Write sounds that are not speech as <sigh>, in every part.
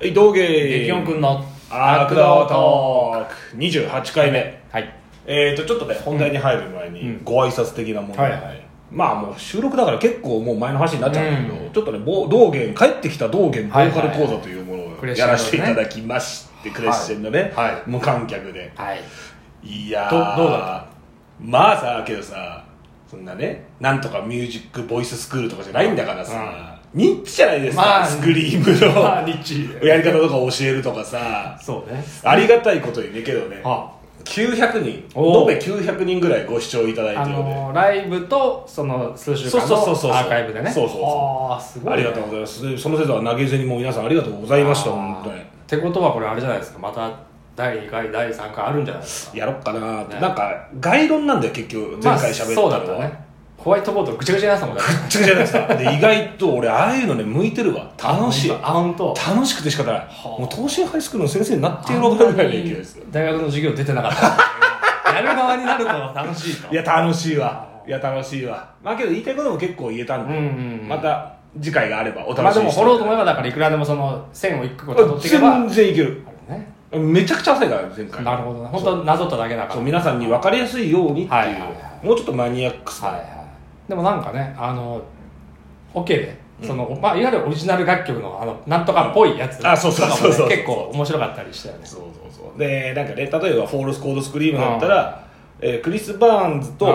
はい、道芸激音くんのアクドトーク28回目、はいえーとちょっとね本題に入る前にうんご挨拶的なもの、はいはいまあもう収録だから結構もう前の話になっちゃうんだけど、うんちょっとねぼ道芸帰ってきた道芸ボーカル講座というものクをレッシェやンドねらせていただきましてクレッシェンドね、はいはい無観客ではいいやどどうだったまあさけどさそんなねなんとかミュージックボイススクールとかじゃないんだからさ、ニッチじゃないですか、まあスクリームの、まあニッチやり方とか教えるとかさそうねありがたいことにねけどねあ900人延おーべ900人ぐらいご視聴いただいてあるので、のーライブとその数週間のそうそうそうそうアーカイブでねそうそうそうああすごいあねりがとうございますでその説は投げ銭も皆さんありがとうございましたあー本当にってことはこれあれじゃないですかまた第2回第3回あるんじゃないですかやろっかなって、ねなんか概論なんだよ結局前回喋ったのまあは、そうだったねホワイトボードぐちゃぐちゃになってたもんね違うじゃないですかで意外と俺ああいうのね向いてるわ楽しいあ本当楽しくて仕方ない、はあもう東進ハイスクールの先生になってやろうぐらいの勢いですよ大学の授業出てなかったやる側になると楽しいといや楽しいわいや楽しいわまあけど言いたいことも結構言えたんうんで、うんうんまた次回があればおまあ楽しでみもにして掘ろうと思えばだからいくらでもその線を一個取っていけば全然いけるねめちゃくちゃ汗が前回なるほどね本当なぞっただけだからそうはい皆さんに分かりやすいようにっていう、はいはいはもうちょっとマニアックさ、はいでもなんかねあのオケでその、まあ、いわゆるオリジナル楽曲のあのなんとかっぽいやつあそうそうそうそうとかもね結構面白かったりしたよねそうそうそうでなんかね例えば「フォールス・コード・スクリーム」だったら、えークリス・バーンズと、うん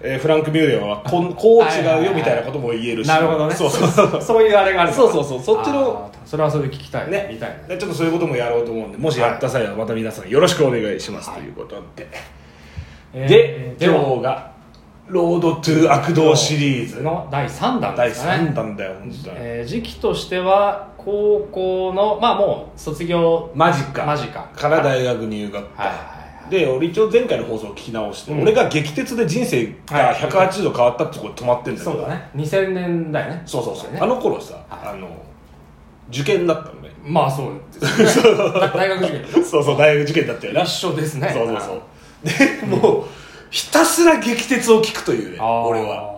えーフランク・ミューレンはこんこうはい違はういよはいみたいなことも言えるしなるほどねそうそうそうそういうあれがあるのそうそうそうそっちのあーそれはそれで聞きたいねねみたいなでちょっとそういうこともやろうと思うんでもしやった際はまた皆さんよろしくお願いします、ということで、で、えーで今も日が「ロード・トゥ・悪道」シリーズの第3弾第ですかね3弾だよ本当に、えー時期としては高校のまあもう卒業マジか間近から大学入学はいはいはいで俺一応前回の放送を聞き直して、うん俺が激鉄で人生が180度変わったってとこで止まってんだけど、そうだね2000年だよねそうそうそう、ねあの頃さ、はあの受験だったのね <laughs> まあそうですねだ <laughs> 大学受験そうそう大学受験だったよな一そ緒ですねうそうそうでもうひたすら激鉄を聞くというねあー俺は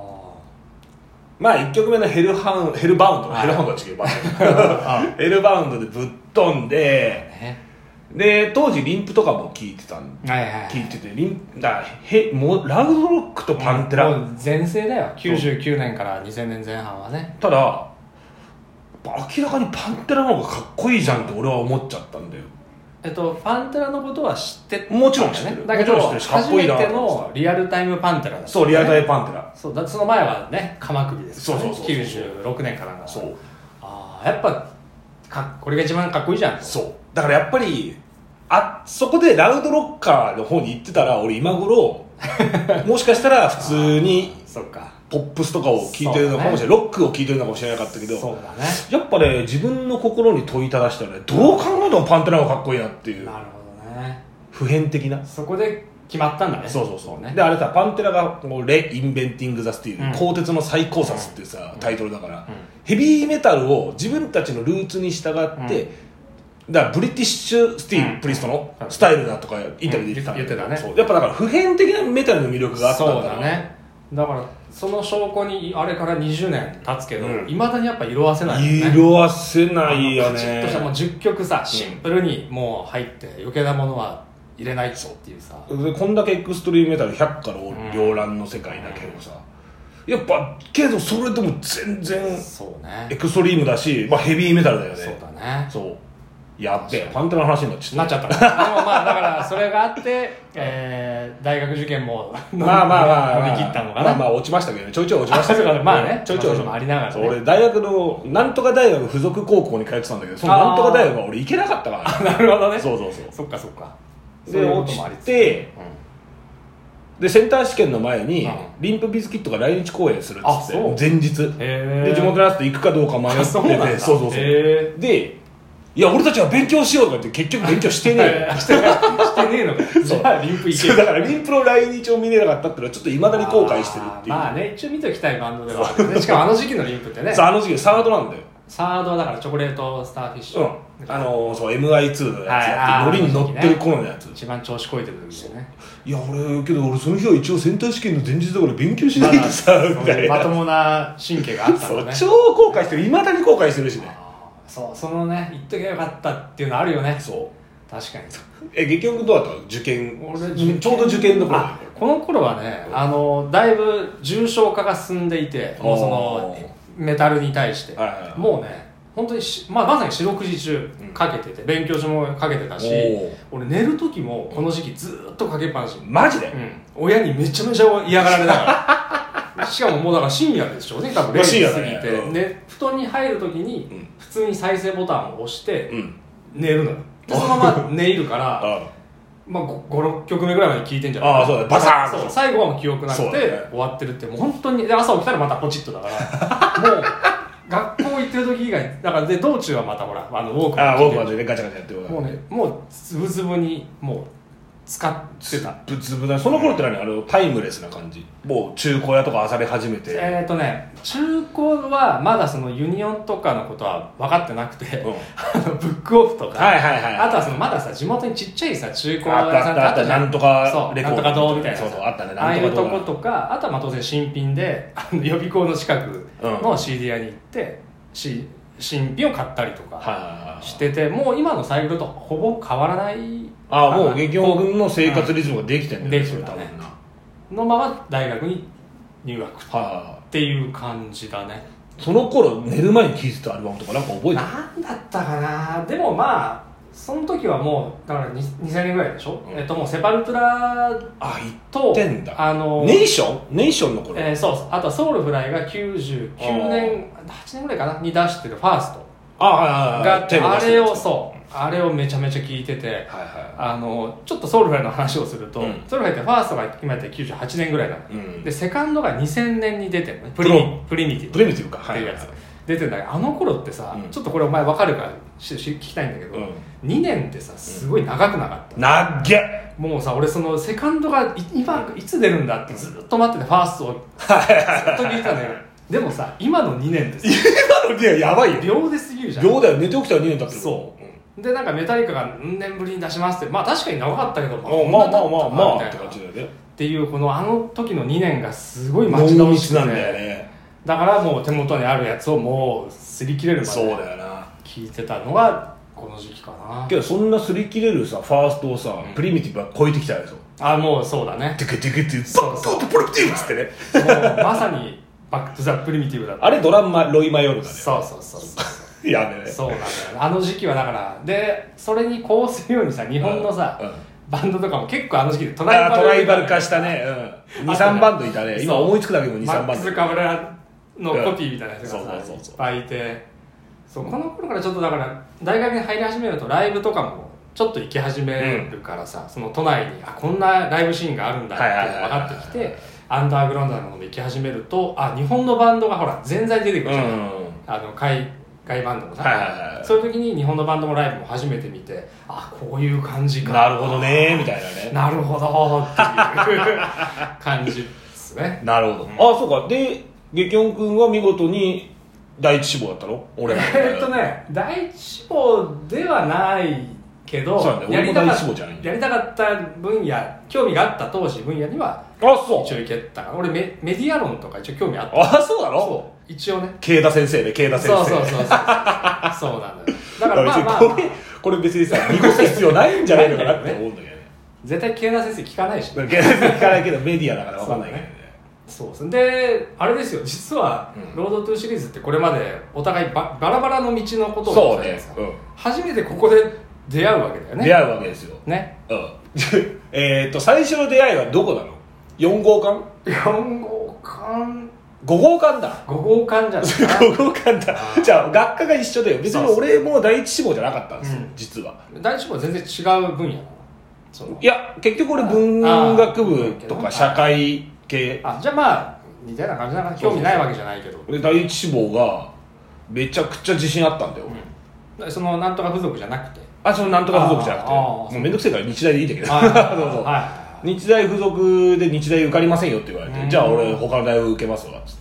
まあ1曲目のヘルハウンヘルバウンド、はいヘルハウンドは違うバ <laughs> ウンドヘルバウンドでぶっ飛んでねで当時リンプとかも聞いてたんはいはいはい聞いててリンだへもうラウドロックとパンテラ、もう全盛だよ99年から2000年前半はねただやっぱ明らかにパンテラの方がかっこいいじゃんって俺は思っちゃったんだよえっとパンテラのことは知ってたもちろん知ってるだけどもちろん知ってるしかっ初こいめいなてのリアルタイムパンテラだったそうリアルタイムパンテラそうだってその前はね鎌首ですからねそうそうそう96年からなそうああやっぱかこれが一番かっこいいじゃんそうだからやっぱりあそこでラウドロッカーの方に行ってたら俺今 <laughs> 頃もしかしたら普通にそっかポップスとかを聴いてるのかもしれない、ロックを聴いてるのかもしれなかったけそどうだねやっぱね自分の心に問いただしたらねどう考えてもパンテラの方がかっこいいなっていうなるほどね普遍的なそこで決まったんだねそうそうそうねであれさパンテラがもう「レ・インベンティング・ザ・スティール」うん鋼鉄の最高札」っていうさ、タイトルだから、うんヘビーメタルを自分たちのルーツに従って、だからブリティッシュ・スティール、うんプリストのスタイルだとかインタビューで言ってた,、うん言ってたねそうやっぱだから普遍的なメタルの魅力があったんだそうだねだからその証拠にあれから20年経つけどうんいま、未だにやっぱ色褪せないよね色あせないよあのカチッねとしたもう10曲さシンプルにもう入って余計なものは入れないぞっていうさでこんだけエクストリームメタル百花繚乱の世界だけどさ、やっぱけどそれでも全然そうねエクストリームだし、まあ、ヘビーメタルだよねそうだねそうやっべえパンテラの話になっちゃなっっ <laughs> ちゃったでもまあだからそれがあって、えー、大学受験もたまあまあまあ、まあ、乗り切ったのかな、まあまあ落ちましたけどねちょいちょい落ちましたけあそうどかまあねちょいちょい落ちまましたあそれもありながらねそう俺大学のなんとか大学附属高校に通ってたんだけどそのなんとか大学は俺行けなかったから、なるほどねそうそうそうそっかそっかで落ちてでセンター試験の前に、うんリンプビズキットが来日公演するっあつってそう前日でで地元のやつと行くかどうか迷っててあそうなんだそうそうそうへでいや俺たちは勉強しようとか言って結局勉強してねえよしてしてねえのかじゃあリンプ <laughs> いけそうだからリンプの来日を見れなかったっていうのはちょっといまだに後悔してるっていうあーまあね一応見ておきたいバンドではあるよねしかもあの時期のリンプってねそうあの時期サードなんだよサードはだからチョコレートスターフィッシうュ、んあのーそう MI2 のやつやってはい乗りに乗ってる頃のやつ一番調子こいてる時でねいや俺けど俺その日は一応センター試験の前日だから勉強しないとさみまたいだまとなもな神経があったそのうね超後悔してるいまだに後悔してるしねあーそうそのね言っときゃよかったっていうのあるよねそ確かにうえ激音君どうだった受験ちょうど受験の頃だあよこの頃はねあのだいぶ重症化が進んでいてもうそのメタルに対してはいはいはいもうね本当にし、まあ、まさに四六時中うんかけてて、勉強中もかけてたしおー俺寝る時もこの時期ずーっとかけっぱなし、うん、マジで、親にめちゃめちゃ嫌がられなが <laughs> らしかももうだから深夜でしょうね多分0時過ぎまあて、深夜だねで布団に入る時にうん普通に再生ボタンを押してうん寝るのよでそのまま寝入るか <laughs> らあまあ、56曲目ぐらいまで聴いてんじゃんああそうだバサーンそう最後はもう記憶なくてそうだね終わってるってもう本当にで朝起きたらまたポチッとだからもう学校行ってる時以外だからで道中はまたほらあのウォークあウォークママンン聞いでねガチャガチャやってるてかもうらねもうつぶつぶにもう使ってたぶつぶだその頃って何あのタイムレスな感じもう中古屋とか漁り始めて、えっ、ー、とね中古はまだそのユニオンとかのことは分かってなくて、うんあのブックオフとか、はいはいはいあとはそのまださ地元にちっちゃいさ中古あったあったあったじゃなんとかそうレなコーんドとか堂みたいなそうそうあったねああいなんうとかと堂ことかあとはまあ当然新品であの予備校の近くうの CD 屋に行って、し新品を買ったりとはいかはいはいしててもう今のサイクルとほぼ変わらないああもあう劇音軍の生活リズムができてんだよできてたそねれ多分なはいのまま大学に入学っはいはていう感じだねいその頃寝る前に聴いてたアルバムとかなんか覚えてるなんだったかなでもまあその時はもうだからに2000年ぐらいでしょ、うんえっともうセパルトラあ行とってんだあのネーションネーションの頃えーそうそうあとはソウルフライが99年8年ぐらいかなに出してるファーストああはいはいがはあいってテーマあ出してれるをそうあれをめちゃめちゃ聞いててはいはあのちょっとソウルフライの話をすると、うんソウルフライってファーストが今やったら98年ぐらいなの、いうんでセカンドが2000年に出てるのねププロリミプリミティプブっレミティブかてはいいうはいやはつい出てるんだけどあの頃ってさ、うんちょっとこれお前分かるからしし聞きたいんだけど、う2年ってさすごい長くなかった、んなっげはもうさ俺そのセカンドがい今いつ出るんだってずっと待っててファーストをずいはいっと聞いてたんだよでもさ今の2年ってさ今の時はや <laughs> ばいよ秒ですぎるじゃん秒だよ寝て起きたら2年経ってるそうんでなんかメタリカが何年ぶりに出しますってまあ確かに長かったけどあまあまあまあまあみたっていな感じだよねっていうこのあの時の2年がすごい待ち濃遠し密くなてんだよねだからもう手元にあるやつをもう擦り切れるまそうでだよな聞いてたのがこの時期かなけどそんな擦り切れるさファーストをさうんプリミティブは超えてきたでしょあもうそうだねテケテケってそうそうプロプティブっつってねもうまさにバック・トゥ・ザ・プリミティブだったあれドラマロイマヨルダねそうそうそうそうやべえねそうなんだよねあの時期はだからでそれにこうするようにさ日本のさ、うんうんバンドとかも結構あの時期でトトライバル化化したねうんあと23ねバンドいたね今そう思いつくだけでもマ23ッバクンス・ドカブラのコピーみたいな人うんがそうそうさいそうそうっぱいいてそうこの頃からちょっとだから大学に入り始めるとライブとかもちょっと行き始めるからさ、その都内にあこんなライブシーンがあるんだってはいはいいうはのいがはい分かってきてアンダーグラウンドなものも行き始めるとあ日本のバンドがほら全在出てくうるじゃん、んあの海外バンドもさ、はいはいはいそういう時に日本のバンドもライブも初めて見てあこういう感じかなるほどねみたいなねなるほどっていう感じで <laughs> すねなるほどあそうかで激音くんは見事に第一志望だったの俺らの <laughs> えーっとね第一志望ではないけどそうなんだよやりた俺も第か一志望じゃないんだやりたかった分野興味があった当時分野にはあそ一う応いけたから俺メメディア論とか一応興味あったあそうなのそう一応ね慶田先生ね慶田先生そうそうそうそうそうだなのよだかからら <laughs> ま別あにまあ、これこれ別にさ濁す必要ないんじゃないのかなって思うんだけ <laughs> どね絶対慶田先生聞かないしねだ <laughs> から慶田先生聞かないけどメディアだから分かんないけどねそうですねであれですよ実はうん「ロードトゥーシリーズ」ってこれまでお互いババラバラの道のことをそやうってたじゃないでねすか、初めてここで出会うわけだようんね出会うわけですよねうん <laughs> えっと最初の出会いはどこなの4号館4号館5号館だ5号館じゃ <laughs> ないか <laughs> 5号館だあーじゃあ学科が一緒だよ別にそうそう俺も第一志望じゃなかったんですよ、うん実はな第一部は全然違う分野なのそのいや結局俺文学部とあかー社会系あじゃあまあ似たような感じだな興味ないわけじゃないけど俺第一志望がめちゃくちゃ自信あったんだよ、うんそのなんとか付属じゃなくてあそのなんとか付属じゃなくてあーあーもうめんどくせえから日大でいいんだけどはいはい <laughs> <laughs> そうそうはい日大付属で日大受かりませんよって言われうてんじゃあ俺他の大学受けますわっつっへ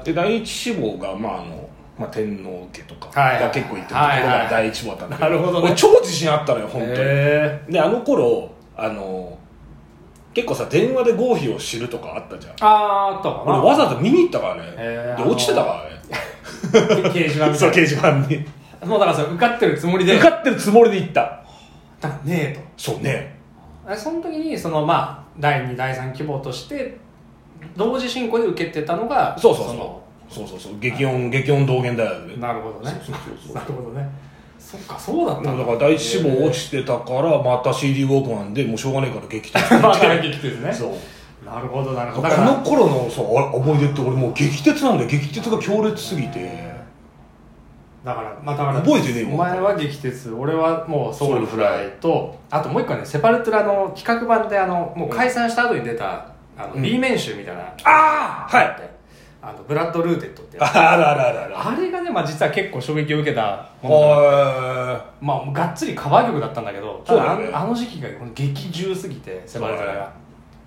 えてで第一志望がまああのまあ、天皇家とかはいが結構行ってるところはいはいが第一志望だったんだけなるほどね俺超自信あったのよ本当にへであの頃あの結構さ電話で合否を知るとかあったじゃんーあーあったか俺なわざと見に行ったからねへーで落ちてたからね <laughs> 掲示板みたいなそう掲示板にもうだからそれ受かってるつもりで受かってるつもりで行っただからねえとそうねえその時にそのまあ第2第3希望として同時進行で受けてたのがそうそうそうのそうそうそう激音激音同源だよねなるほどねそうそうそう <laughs> なるほどねそっかそうだったんだから第一志望落ちてたからまた CD ウォークマンでもうしょうがないから激突 <laughs> してまあ打撃ですねそうなるほどなるほこどだからの頃のそうあ思い出って俺もう激鉄なんだよ激鉄が強烈すぎてだからまあだから覚えてねえもんお前は激鉄俺はもうソウルフライとあともう一個はねセパルトラの企画版であのもう解散した後に出た、あのうん B 面集みたいなああはあいってあのブラッド・ルーテッドってやつああるあるあるあるあれがね、まあ、実は結構衝撃を受けたものであまあ、がっつりカバー曲だったんだけどそうだたよねだあのあの時期がこの激重すぎてセバルトラそうだが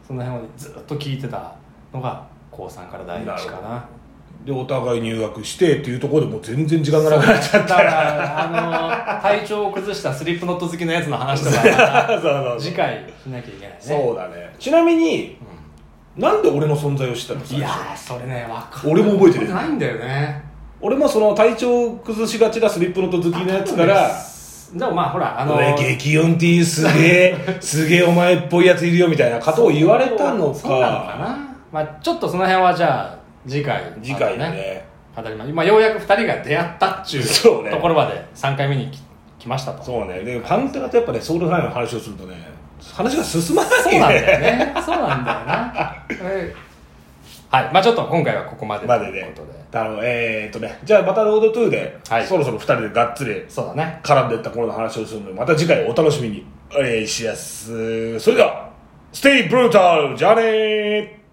その辺をずっと聴いてたのが高3から第一なるかほなでお互い入学してっていうところでもう全然時間がなくなっちゃだからあの体調を崩したスリップノット好きのやつの話とかう <laughs> そう次回しなきゃいけないねそうだねちなみになんで俺の存在を知ったのうんいやーそれね分かん俺も覚えてるないんだよね俺もその体調を崩しがちなスリップノット好きのやつからでもまあほらあの俺激音 T すげえすげえお前っぽいやついるよみたいなことを言われたのそうなのかかな、まあ、ちょっとその辺はじゃあ次回次回だね当たり前、まあ、ようやく2人が出会ったっちゅうそうねところまで3回目にき来ましたとそうねでパンテラとやっぱねソウルフライの話をするとね話が進まないそうなんねだよねそうなんだよ <laughs> なえーはいまあちょっと今回はここまでまとでいうでことであのえーっとねじゃあまたロードトゥーで、はいそろそろ2人でがっつりそうだね絡んでいった頃の話をするのでまた次回お楽しみにお願いしますそれではステイブルータルじゃあねー